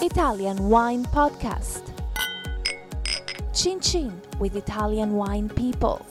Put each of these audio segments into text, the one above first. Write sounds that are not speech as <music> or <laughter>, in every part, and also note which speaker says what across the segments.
Speaker 1: Italian Wine Podcast. Chin Chin with Italian Wine People.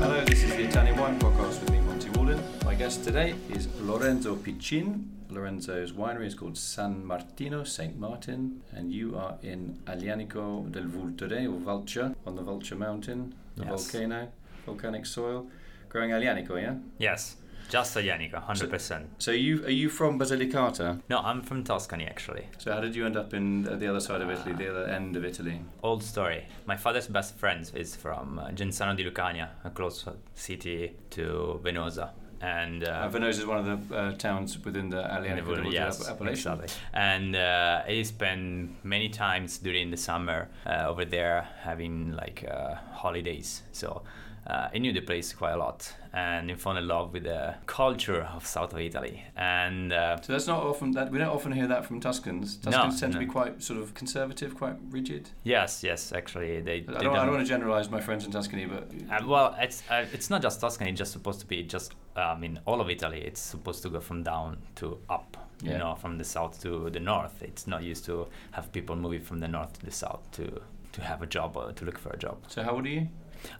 Speaker 2: Hello, this is the Italian Wine Podcast with me, Monty Walden. My guest today is Lorenzo Piccin. Lorenzo's winery is called San Martino, St. Martin, and you are in Alianico del Vulture, or Vulture, on the Vulture Mountain, the
Speaker 3: Yes.
Speaker 2: volcano, volcanic soil, growing Alianico, yeah?
Speaker 3: Yes, just Janica, 100%.
Speaker 2: So you are you from Basilicata?
Speaker 3: no, I'm from Tuscany actually.
Speaker 2: So how did you end up in uh, the other side of Italy, the other end of Italy?
Speaker 3: Old story. My father's best friend is from uh, Genzano di Lucania, a close city to Venosa. And
Speaker 2: Uh,
Speaker 3: uh,
Speaker 2: Venosa is one of the uh, towns within the Alianico del Vulture
Speaker 3: yes,
Speaker 2: app- appellation.
Speaker 3: exactly. And uh, I spent many times during the summer uh, over there having like uh, holidays. So uh, I knew the place quite a lot and I fell in love with the culture of south of Italy. And uh,
Speaker 2: So that's not often that we don't often hear that from Tuscans. Tuscans tend to
Speaker 3: no.
Speaker 2: be quite sort of conservative, quite rigid.
Speaker 3: yes, yes, actually, they.
Speaker 2: I
Speaker 3: they
Speaker 2: don't, I
Speaker 3: don't-
Speaker 2: don't want to generalise my friends in Tuscany, but
Speaker 3: Uh, well, it's uh, it's not just Tuscany. It's just supposed to be just. Uh, I mean, all of Italy. It's supposed to go from down to up.
Speaker 2: Yeah.
Speaker 3: You know, from the south to the north. It's not used to have people moving from the north to the south to to have a job or to look for a job.
Speaker 2: so how old are you?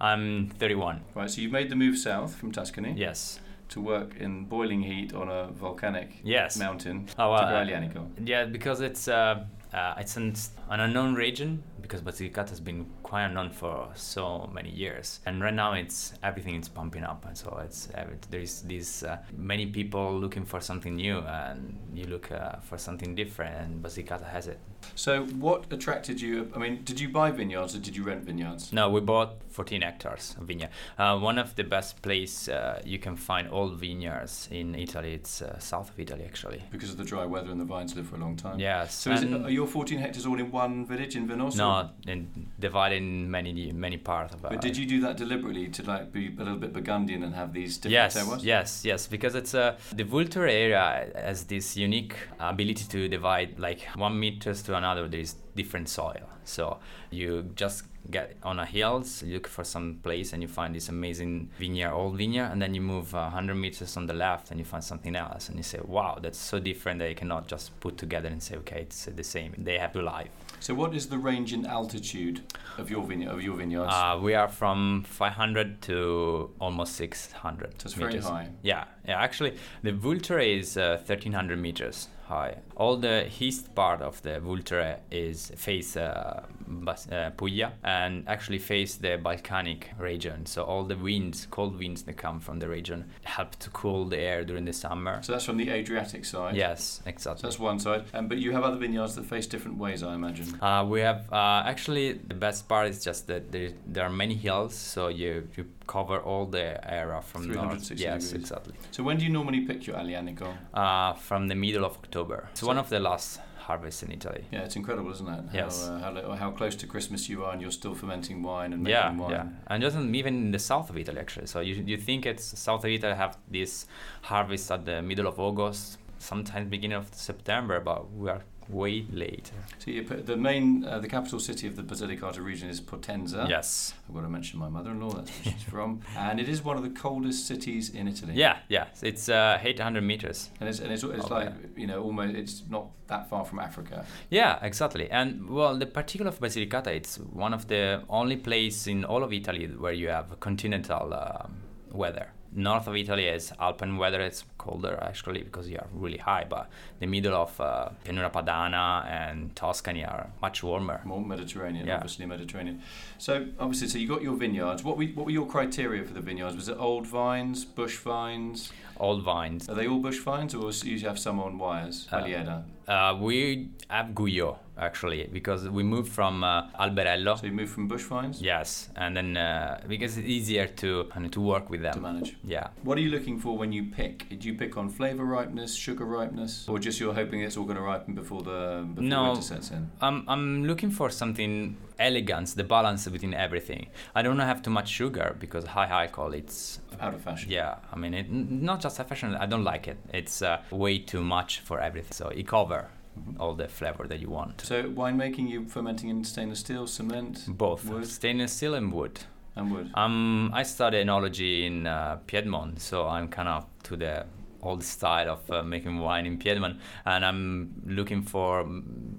Speaker 3: I'm 31.
Speaker 2: Right, so you've made the move south from Tuscany
Speaker 3: Yes.
Speaker 2: to work in boiling heat on a volcanic
Speaker 3: Yes.
Speaker 2: mountain
Speaker 3: Oh,
Speaker 2: to
Speaker 3: well,
Speaker 2: grow
Speaker 3: uh,
Speaker 2: Alianico.
Speaker 3: Yeah, because it's uh, uh, it's an, an unknown region because Basilicata has been quite unknown for so many years, and right now it's everything is pumping up, and so it's uh, there's these uh, many people looking for something new, and you look uh, for something different, and Basilicata has it.
Speaker 2: So what attracted you? I mean, did you buy vineyards or did you rent vineyards?
Speaker 3: No, we bought 14 hectares of vineyard. Uh, one of the best place uh, you can find all vineyards in Italy. It's uh, south of Italy, actually.
Speaker 2: Because of the dry weather and the vines live for a long time.
Speaker 3: Yes.
Speaker 2: So is it,
Speaker 3: and-
Speaker 2: are your 14 hectares all in one village in Venosa?
Speaker 3: No, and divided in many many parts of.
Speaker 2: But did you do that deliberately to like be a little bit Burgundian and have these different
Speaker 3: Yes,
Speaker 2: terroirs?
Speaker 3: yes, yes, because it's a the Vulture area has this unique ability to divide like one meters to another. There is different soil, so you just get on a hills, look for some place, and you find this amazing vineyard, old vineyard, and then you move uh, hundred meters on the left, and you find something else, and you say, "Wow, that's so different that you cannot just put together and say, okay, it's the same." They have to life.
Speaker 2: So what is the range in altitude of your vineyard, of your vineyards?
Speaker 3: Uh, we are from 500 to almost 600.
Speaker 2: So it's very
Speaker 3: meters.
Speaker 2: high.
Speaker 3: Yeah, yeah. Actually, the Vulture is uh, 1300 meters high. All the east part of the Vulture is face uh, Bas- uh, Puglia and actually face the Balkanic region. So all the winds, cold winds that come from the region, help to cool the air during the summer.
Speaker 2: so that's from the Adriatic side.
Speaker 3: Yes,
Speaker 2: So
Speaker 3: exactly.
Speaker 2: that's one side. Um, but you have other vineyards that face different ways, I imagine.
Speaker 3: Uh, we have uh, actually the best part is just that there, there are many hills, so you, you cover all the area from north.
Speaker 2: 360
Speaker 3: Yes,
Speaker 2: degrees.
Speaker 3: exactly.
Speaker 2: So when do you normally pick your Alianico?
Speaker 3: Uh, from the middle of October. It's one of the last harvests in Italy.
Speaker 2: Yeah, it's incredible, isn't it?
Speaker 3: Yes.
Speaker 2: How, uh, how, lo- how close to Christmas you are and you're still fermenting wine and making
Speaker 3: yeah,
Speaker 2: wine.
Speaker 3: yeah, and just in- even in the south of Italy actually. So you you think it's south of Italy have this harvest at the middle of August, sometimes beginning of September, but we are way late.
Speaker 2: So you put the main, uh, the capital city of the Basilicata region is Potenza.
Speaker 3: Yes.
Speaker 2: I've got to mention my mother-in-law, that's where she's
Speaker 3: <laughs>
Speaker 2: from. And it is one of the coldest cities in Italy.
Speaker 3: Yeah, yeah. It's uh, 800 meters.
Speaker 2: And it's, and it's, it's
Speaker 3: Oh,
Speaker 2: like,
Speaker 3: yeah.
Speaker 2: you know, almost, it's not that far from Africa.
Speaker 3: Yeah, exactly. And well, the particular of Basilicata, it's one of the only place in all of Italy where you have continental um, weather. North of Italy is Alpine weather. It's colder actually because you are really high, but the middle of uh, Pianura Padana and Tuscany are much warmer.
Speaker 2: More Mediterranean,
Speaker 3: Yeah.
Speaker 2: obviously Mediterranean. So obviously, so you got your vineyards. What, we, what were your criteria for the vineyards? Was it old vines, bush vines?
Speaker 3: Old vines.
Speaker 2: Are they all bush vines, or do you have some on wires?
Speaker 3: Uh,
Speaker 2: Aliena.
Speaker 3: Uh, we have Guyot actually because we moved from uh, Alberello.
Speaker 2: So you move from bush vines
Speaker 3: Yes, and then uh, because it's easier to to work with
Speaker 2: to
Speaker 3: them.
Speaker 2: manage.
Speaker 3: Yeah.
Speaker 2: What are you looking for when you pick? Do you pick on flavour ripeness, sugar ripeness, or just you're hoping it's all going to ripen before the before
Speaker 3: No.
Speaker 2: winter sets in?
Speaker 3: I'm, I'm looking for something elegance, the balance between everything. I don't have too much sugar because high alcohol. It's
Speaker 2: Out of fashion.
Speaker 3: yeah. I mean, it, n- not just a fashion. I don't like it. It's uh, way too much for everything. So it cover all the flavor that you want.
Speaker 2: So winemaking, you fermenting in stainless steel, cement,
Speaker 3: Both
Speaker 2: Wood.
Speaker 3: stainless steel and wood.
Speaker 2: and wood.
Speaker 3: Um, I studied enology in uh, Piedmont, so I'm kind of to the old style of uh, making wine in Piedmont, and I'm looking for.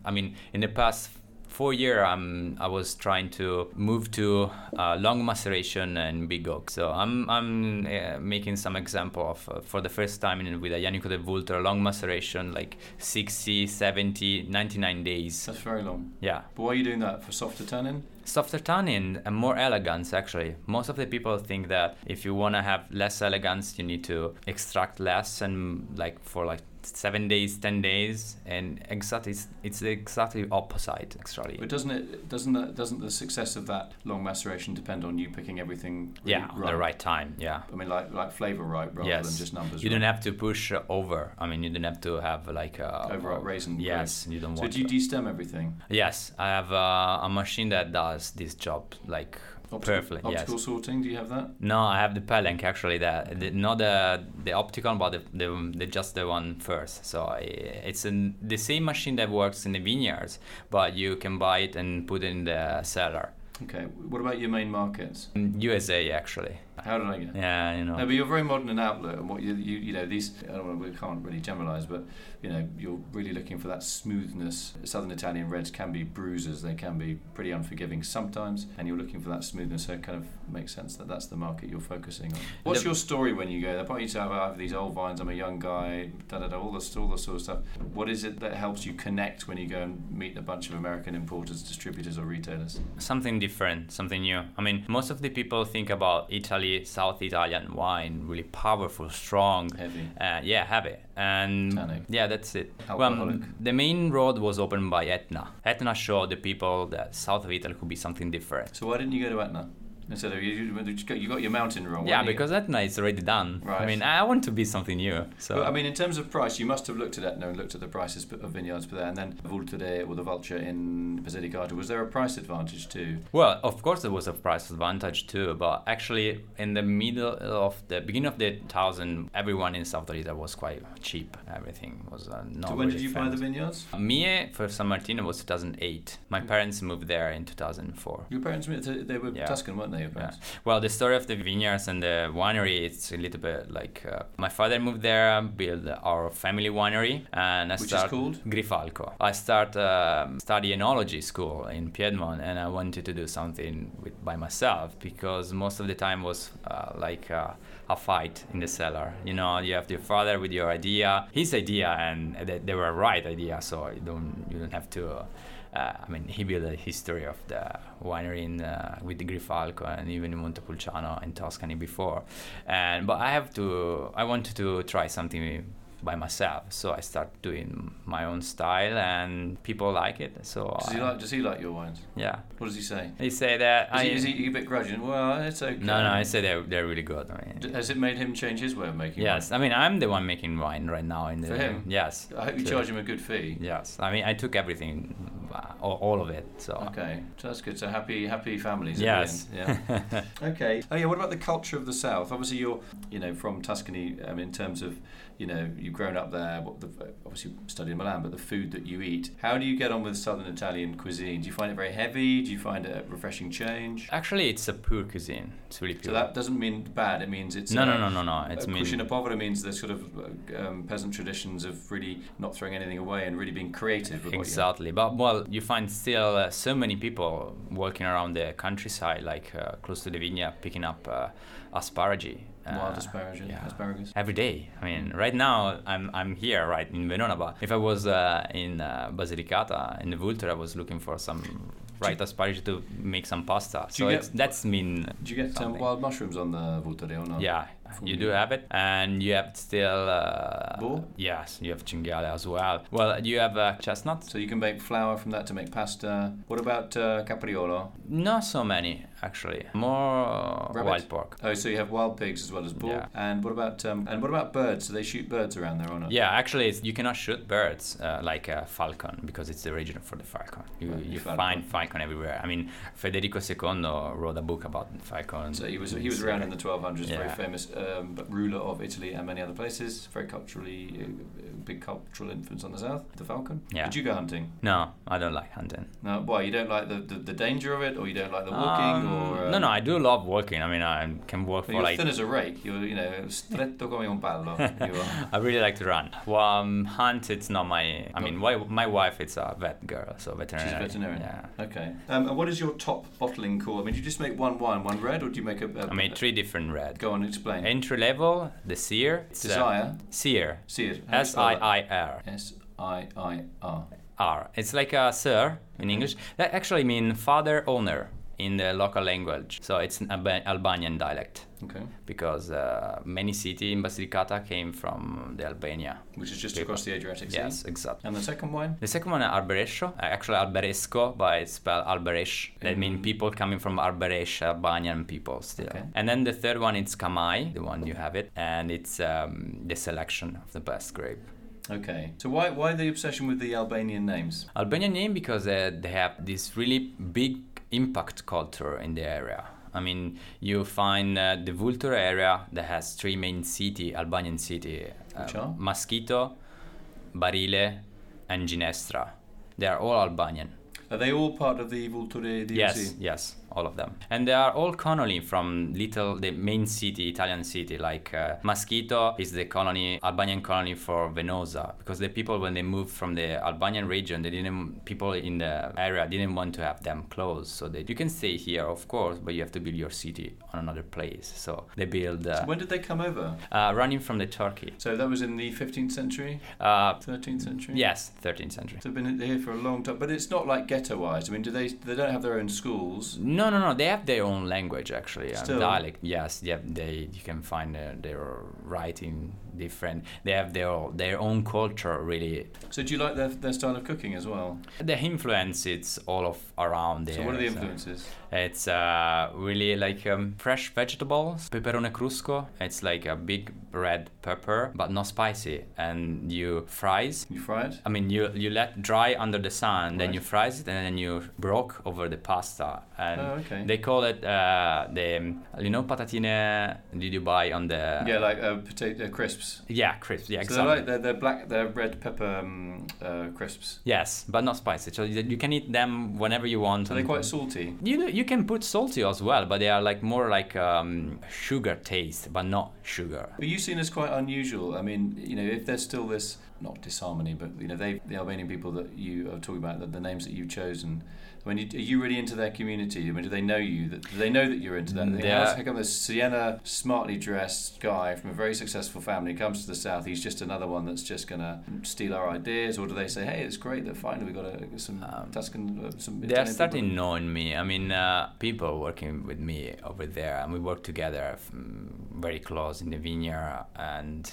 Speaker 3: I mean, in the past four year, I'm I was trying to move to uh, long maceration and big oak. So I'm I'm uh, making some example of uh, for the first time in, with a Yannico de Vulture long maceration, like 60, 70, 99 days.
Speaker 2: That's very long.
Speaker 3: Yeah.
Speaker 2: But why are you doing that? For softer tannin?
Speaker 3: Softer tannin and more elegance, actually. Most of the people think that if you want to have less elegance, you need to extract less and like for like seven days, ten days, and exactly it's, it's exactly opposite actually.
Speaker 2: But doesn't it doesn't that doesn't the success of that long maceration depend on you picking everything? really
Speaker 3: yeah,
Speaker 2: right?
Speaker 3: the right time. Yeah.
Speaker 2: I mean, like like flavor right rather
Speaker 3: yes.
Speaker 2: than just numbers.
Speaker 3: you
Speaker 2: right.
Speaker 3: don't have to push uh, over. I mean, you don't have to have like a
Speaker 2: Overripe raisin growth.
Speaker 3: Yes, you don't
Speaker 2: So
Speaker 3: want.
Speaker 2: do you
Speaker 3: to.
Speaker 2: destem everything?
Speaker 3: yes, I have uh, a machine that does this job like perfectly. yes.
Speaker 2: Optical sorting. Do you have that?
Speaker 3: No, I have the Palanque actually. That the, not the the opticon, but the, the, the just the one first. So I, it's an, the same machine that works in the vineyards, but you can buy it and put it in the cellar.
Speaker 2: Okay. What about your main markets?
Speaker 3: Mm, USA actually.
Speaker 2: How did I get?
Speaker 3: Yeah, you know.
Speaker 2: No, but you're very modern in outlook, and what you, you you know these. I don't want to, we can't really generalise, but you know you're really looking for that smoothness. Southern Italian reds can be bruisers; they can be pretty unforgiving sometimes, and you're looking for that smoothness. So it kind of makes sense that that's the market you're focusing on. What's
Speaker 3: The-
Speaker 2: your story when you go? there? point you say, "Oh, I have these old vines. I'm a young guy. Da da da. All this all this sort of stuff. What is it that helps you connect when you go and meet a bunch of American importers, distributors, or retailers?
Speaker 3: something different, something new. I mean, most of the people think about Italy, South Italian wine, really powerful, strong.
Speaker 2: Heavy.
Speaker 3: Uh, yeah, heavy. And
Speaker 2: Tannic.
Speaker 3: yeah, that's it.
Speaker 2: Alcoholic.
Speaker 3: the main road was opened by Etna. Etna showed the people that south of Italy could be something different.
Speaker 2: So why didn't you go to Etna instead of you? You you got- you got your mountain wrong. why
Speaker 3: yeah,
Speaker 2: didn't you-
Speaker 3: because Etna is already done. I
Speaker 2: Right.
Speaker 3: mean, I want to be something new. So
Speaker 2: Well, I mean, in terms of price, you must have looked at Etna and looked at the prices p- of vineyards per there, and then Vulture or the Vulture in Basilicata. Was there a price advantage too?
Speaker 3: Well, of course, there was a price advantage too, but actually, in the middle of the beginning of the thousand, everyone in South Italy was quite cheap. Everything was uh, not.
Speaker 2: so when did
Speaker 3: really
Speaker 2: you buy the
Speaker 3: fancy.
Speaker 2: vineyards?
Speaker 3: Mie for San Martino was 2008. My parents moved there in 2004.
Speaker 2: Your parents, they they were
Speaker 3: Yeah.
Speaker 2: Tuscan, weren't they? Your parents?
Speaker 3: Well, the story of the vineyards and the winery, it's a little bit like uh, my father moved there, built our family winery, and I
Speaker 2: Which is
Speaker 3: start
Speaker 2: called?
Speaker 3: Grifalco. I start um, study enology school in Piedmont, and I wanted to do something with, by myself because most of the time was uh, like uh, a fight in the cellar. You know, you have your father with your idea, his idea, and they, they were right idea, so you don't you don't have to. Uh, uh, I mean, he built a history of the winery in, uh, with the Grifalco and even in Montepulciano in Tuscany before. And but I have to, I wanted to try something by myself, so I start doing my own style, and people like it. So
Speaker 2: Does he
Speaker 3: I-
Speaker 2: like? Does he like your wines?
Speaker 3: yeah,
Speaker 2: What does he say? Is,
Speaker 3: they say that. I,
Speaker 2: he, is he a bit grudging? Well, it's okay.
Speaker 3: no, no, I say they're they're really good. I mean,
Speaker 2: D- Has it made him change his way of making?
Speaker 3: yes, I mean I'm the one making wine right now in the
Speaker 2: For him?
Speaker 3: yes.
Speaker 2: wine? I hope you
Speaker 3: So-
Speaker 2: charge him a good fee.
Speaker 3: Yes, I mean I took everything, uh, all, all of it. So
Speaker 2: Okay, so that's good. So happy, happy families. at the
Speaker 3: yes,
Speaker 2: end.
Speaker 3: <laughs>
Speaker 2: Yeah. Okay. Oh yeah. What about the culture of the south? Obviously, you're you know from Tuscany. Um, in terms of you know you've grown up there. What the, obviously studied in Milan, but the food that you eat. How do you get on with southern Italian cuisine? Do you find it very heavy? Do you find it a refreshing change?
Speaker 3: Actually, it's a pure cuisine. It's really
Speaker 2: So
Speaker 3: pure.
Speaker 2: that doesn't mean bad. It means it's
Speaker 3: no,
Speaker 2: uh,
Speaker 3: no, no, no, no. It's
Speaker 2: uh,
Speaker 3: mean.
Speaker 2: cucina povera means the sort of uh, um, peasant traditions of really not throwing anything away and really being creative. With what you-
Speaker 3: Exactly, but well, you find still uh, so many people walking around the countryside, like uh, close to the vineyard, picking up uh, asparagus. Uh,
Speaker 2: Wild asparagus,
Speaker 3: yeah.
Speaker 2: asparagus. Mm.
Speaker 3: Every day. I mean, right now I'm I'm here, right in Verona. But if I was uh, in uh, Basilicata in the Vulture, I was looking for some right asparagus to make some pasta.
Speaker 2: Do
Speaker 3: So
Speaker 2: you get-
Speaker 3: it's, that's mean.
Speaker 2: Do you get um,
Speaker 3: something.
Speaker 2: wild mushrooms on the Vulture or not?
Speaker 3: Yeah,
Speaker 2: From
Speaker 3: you
Speaker 2: you.
Speaker 3: do have it, and you have still. Uh,
Speaker 2: Boar?
Speaker 3: Yes, you have cinghiale as well. Well, you have uh, chestnuts.
Speaker 2: So you can make flour from that to make pasta. What about uh, capriolo?
Speaker 3: Not so many actually. More uh,
Speaker 2: Rabbit?
Speaker 3: wild pork.
Speaker 2: Oh, so you have wild pigs as well as bull.
Speaker 3: Yeah.
Speaker 2: And what about um, and what about birds? Do they shoot birds around there or not?
Speaker 3: Yeah, actually, it's, you cannot shoot birds uh, like a falcon because it's the region for the falcon. You,
Speaker 2: Right,
Speaker 3: you
Speaker 2: falcon.
Speaker 3: find falcon everywhere. I mean, Federico II wrote a book about falcons.
Speaker 2: So he was he was around in the 1200s, very
Speaker 3: Yeah.
Speaker 2: famous. Uh, um, but ruler of Italy and many other places. Very culturally, uh, big cultural influence on the south. The falcon.
Speaker 3: Yeah.
Speaker 2: Would you go hunting?
Speaker 3: No, I don't like hunting.
Speaker 2: No. Why? You don't like the, the, the danger of it, or you don't like the walking,
Speaker 3: Um,
Speaker 2: or um,
Speaker 3: no, no, I do love walking. I mean, I can walk
Speaker 2: Well,
Speaker 3: for
Speaker 2: you're
Speaker 3: like
Speaker 2: thin as a rake. You're you know stretto come un
Speaker 3: <laughs>
Speaker 2: ballo. You are.
Speaker 3: I really like to run. Well, um, hunt, it's not my. I mean, why, my wife, it's a vet girl, so veterinarian.
Speaker 2: She's a veterinarian.
Speaker 3: Yeah.
Speaker 2: Okay. Um, and what is your top bottling call? I mean, do you just make one wine, one red, or do you make a? a-
Speaker 3: I made three different red.
Speaker 2: Go on, explain.
Speaker 3: Entry level, the seer. It's, uh,
Speaker 2: Desire.
Speaker 3: seer.
Speaker 2: See it. How do you
Speaker 3: S
Speaker 2: spell
Speaker 3: I
Speaker 2: that?
Speaker 3: I R.
Speaker 2: S I I R.
Speaker 3: R. It's like a sir in English. That actually means father owner in the local language. So it's an Alba- Albanian dialect
Speaker 2: Okay.
Speaker 3: because uh, many city in Basilicata came from the Albania.
Speaker 2: Which is just across the Adriatic Sea.
Speaker 3: Yes, exactly.
Speaker 2: And the second wine?
Speaker 3: The second one, Arboresco, uh, actually Alberesco, but it's spelled Alberesh. That means people coming from Arberesh, Albanian people still.
Speaker 2: Mm. Okay.
Speaker 3: And then the third one, it's Kamai, the one you have it, and it's um, the selection of the best grape.
Speaker 2: Okay. So why why the obsession with the Albanian names?
Speaker 3: Albanian name because uh, they have this really big impact culture in the area. I mean, you find uh, the Vulture area that has three main city, Albanian city, uh,
Speaker 2: Which are?
Speaker 3: Maschito, Barile, and Ginestra. They are all Albanian.
Speaker 2: Are they all part of the Vulture DLC?
Speaker 3: Yes, yes, all of them. And they are all colony from little, the main city, Italian city, like uh, Maschito is the colony, Albanian colony for Venosa, because the people, when they moved from the Albanian region, they didn't, people in the area didn't want to have them close. So they, you can stay here, of course, but you have to build your city on another place. So they build, uh,
Speaker 2: So when did they come over?
Speaker 3: uh, running from the Turkey.
Speaker 2: So that was in the 15th century,
Speaker 3: Uh,
Speaker 2: 13th century.
Speaker 3: yes, 13th century.
Speaker 2: They've been here for a long time, but it's not like ghettoized. I mean, do they? They don't have their own schools.
Speaker 3: No, no, no. They have their own language actually, and
Speaker 2: Still.
Speaker 3: dialect. Yes, yeah. They you can find uh, their writing different. They have their o- their own culture really.
Speaker 2: So do you like their, their style of cooking as well?
Speaker 3: The influence it's all of around there.
Speaker 2: So what are the
Speaker 3: so
Speaker 2: influences?
Speaker 3: It's uh, really like um, fresh vegetables, peperone crusco. It's like a big red pepper, but not spicy. And you fries.
Speaker 2: You fry it.
Speaker 3: I mean, you you let dry under the sun, then
Speaker 2: Right.
Speaker 3: you fries it, and then you broke over the pasta. And
Speaker 2: Oh, okay.
Speaker 3: Um, Eh? they call it uh, the um, you know patatine did you buy on the
Speaker 2: yeah, like uh, potato crisps.
Speaker 3: yeah crisps yeah
Speaker 2: So they're
Speaker 3: exactly
Speaker 2: like they're, they're black, they're red pepper um, uh, crisps.
Speaker 3: yes but not spicy so you you can eat them whenever you want.
Speaker 2: So they're quite salty.
Speaker 3: you know, you can put salty as well, but they are like more like um, sugar taste, but not sugar.
Speaker 2: But you seen as quite unusual. I mean, you know, if there's still this not disharmony, but you know, they the Albanian people that you are talking about, the, the names that you've chosen. I mean, you- are you really into their community? I mean, do they know you? That do they know that you're into that? They
Speaker 3: Yeah.
Speaker 2: ask, How come this Sienna, smartly dressed guy from a very successful family comes to the south? He's just another one that's just gonna steal our ideas, or do they say, "Hey, it's great that finally we got a, some
Speaker 3: Um,
Speaker 2: Tuscan, uh, some"?
Speaker 3: They
Speaker 2: Italian
Speaker 3: are
Speaker 2: people?
Speaker 3: starting knowing me. I mean, uh, people working with me over there, and we work together mm, very close in the vineyard. And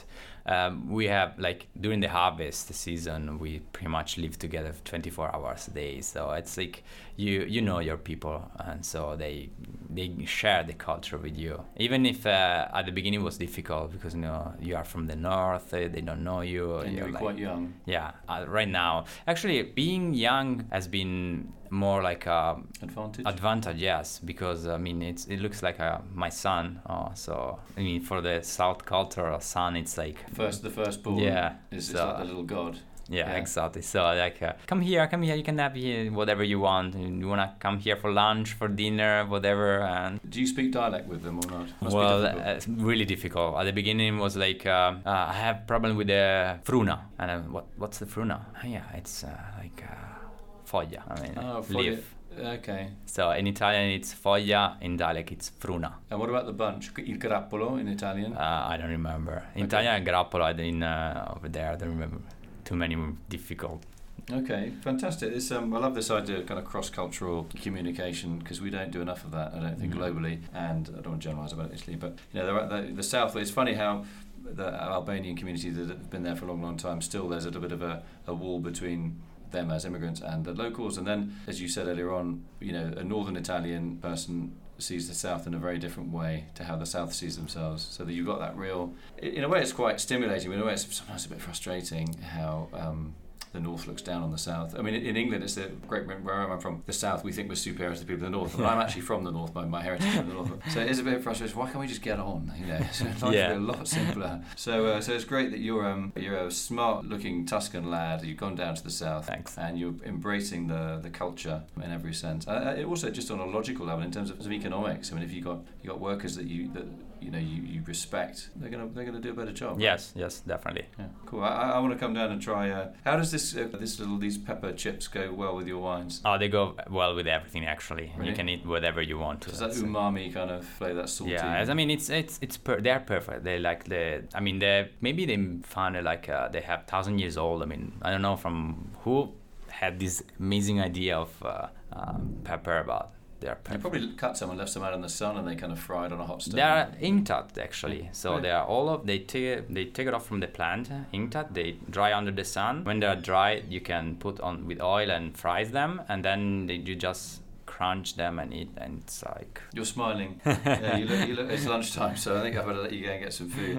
Speaker 3: um, we have like during the harvest season, we pretty much live together 24 hours a day. So it's like you you know your people, and so they they share the culture with you. Even if uh, at the beginning it was difficult because you know you are from the north, eh, they don't know you.
Speaker 2: And
Speaker 3: you're
Speaker 2: you're
Speaker 3: like-
Speaker 2: quite young.
Speaker 3: yeah, uh, right now. Actually, being young has been more like a
Speaker 2: Advantage.
Speaker 3: advantage, yes, because I mean it's it looks like uh my son. Oh, so I mean for the South culture, a son it's like
Speaker 2: First, the firstborn.
Speaker 3: Yeah,
Speaker 2: Is, is
Speaker 3: so-
Speaker 2: like the little god.
Speaker 3: yeah,
Speaker 2: Yeah.
Speaker 3: exactly. So like, uh, come here, come here. You can have here whatever you want. You wanna come here for lunch, for dinner, whatever, and
Speaker 2: Do you speak dialect with them or not? Must be
Speaker 3: well,
Speaker 2: difficult.
Speaker 3: uh, really difficult. At the beginning, it was like uh, uh, I have problem with the fruna, and uh, what what's the fruna? Ah, yeah, it's uh, like uh, foglia. I mean,
Speaker 2: Oh, foglia.
Speaker 3: leaf.
Speaker 2: Okay.
Speaker 3: So in Italian, it's foglia. In dialect, it's fruna.
Speaker 2: And what about the bunch? Il grappolo in Italian.
Speaker 3: Uh, I don't remember.
Speaker 2: Okay.
Speaker 3: In Italian, grappola. In uh, over there, I don't remember. Too many difficult.
Speaker 2: Okay, fantastic. This, um, I love this idea of kind of cross-cultural communication because we don't do enough of that. I don't think
Speaker 3: Mhm.
Speaker 2: globally, and I don't want to generalise about Italy, but you know, there are- the, the South. It's funny how the Albanian community that have been there for a long, long time still there's a little bit of a, a wall between them as immigrants and the locals. And then, as you said earlier on, you know, a northern Italian person sees the South in a very different way to how the South sees themselves. So that you've got that real. In a way, it's quite stimulating. In a way, it's sometimes a bit frustrating how. Um, the north looks down on the south. I mean, in England, it's the great where I'm from. The south, we think we're superior to the people of the north, but I'm actually from the north. My, my heritage is from the north, so it is a bit of frustration. Why can't we just get on? You know, so life
Speaker 3: Yeah.
Speaker 2: would be a lot simpler. So, uh, so it's great that you're um, you're a smart-looking Tuscan lad. You've gone down to the south,
Speaker 3: Thanks.
Speaker 2: and you're embracing the the culture in every sense. Uh, uh, it also, just on a logical level, in terms of, of economics. I mean, if you got you got workers that you that you know you, you respect, they're gonna they're gonna do a better job.
Speaker 3: Yes, yes, definitely.
Speaker 2: Yeah, cool. I, I want to come down and try. Uh, how does this uh, this little these pepper chips go well with your wines?
Speaker 3: Oh, they go well with everything actually.
Speaker 2: Really?
Speaker 3: You can eat whatever you want to.
Speaker 2: Does that
Speaker 3: That's it.
Speaker 2: umami kind of play that salty?
Speaker 3: Yeah, as I mean, it's it's it's per- they're perfect. They like the. I mean, they maybe they found it like uh, they have thousand years old. I mean, I don't know from who had this amazing idea of uh, um, pepper, but they're
Speaker 2: They
Speaker 3: perfect.
Speaker 2: probably cut some and left some out in the sun, and they kind of fried on a hot stone.
Speaker 3: They are inked actually, so
Speaker 2: Right.
Speaker 3: they are all of they take they take it off from the plant inked. They dry under the sun. When they are dry, you can put on with oil and fries them, and then they, you just crunch them and eat, and it's like
Speaker 2: You're smiling. yeah, you look, you look, it's lunchtime, so I think I better let you go and get some food.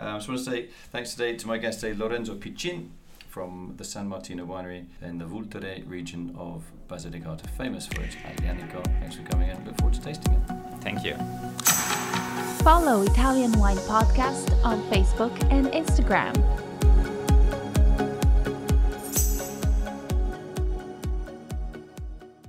Speaker 2: Um, I just want to say thanks today to my guest today, Lorenzo Piccin from the San Martino Winery in the Vultere region of Basilicata, famous for its Aglianico. Thanks for coming in. Look forward to tasting it.
Speaker 3: thank you.
Speaker 1: Follow Italian Wine Podcast on Facebook and Instagram.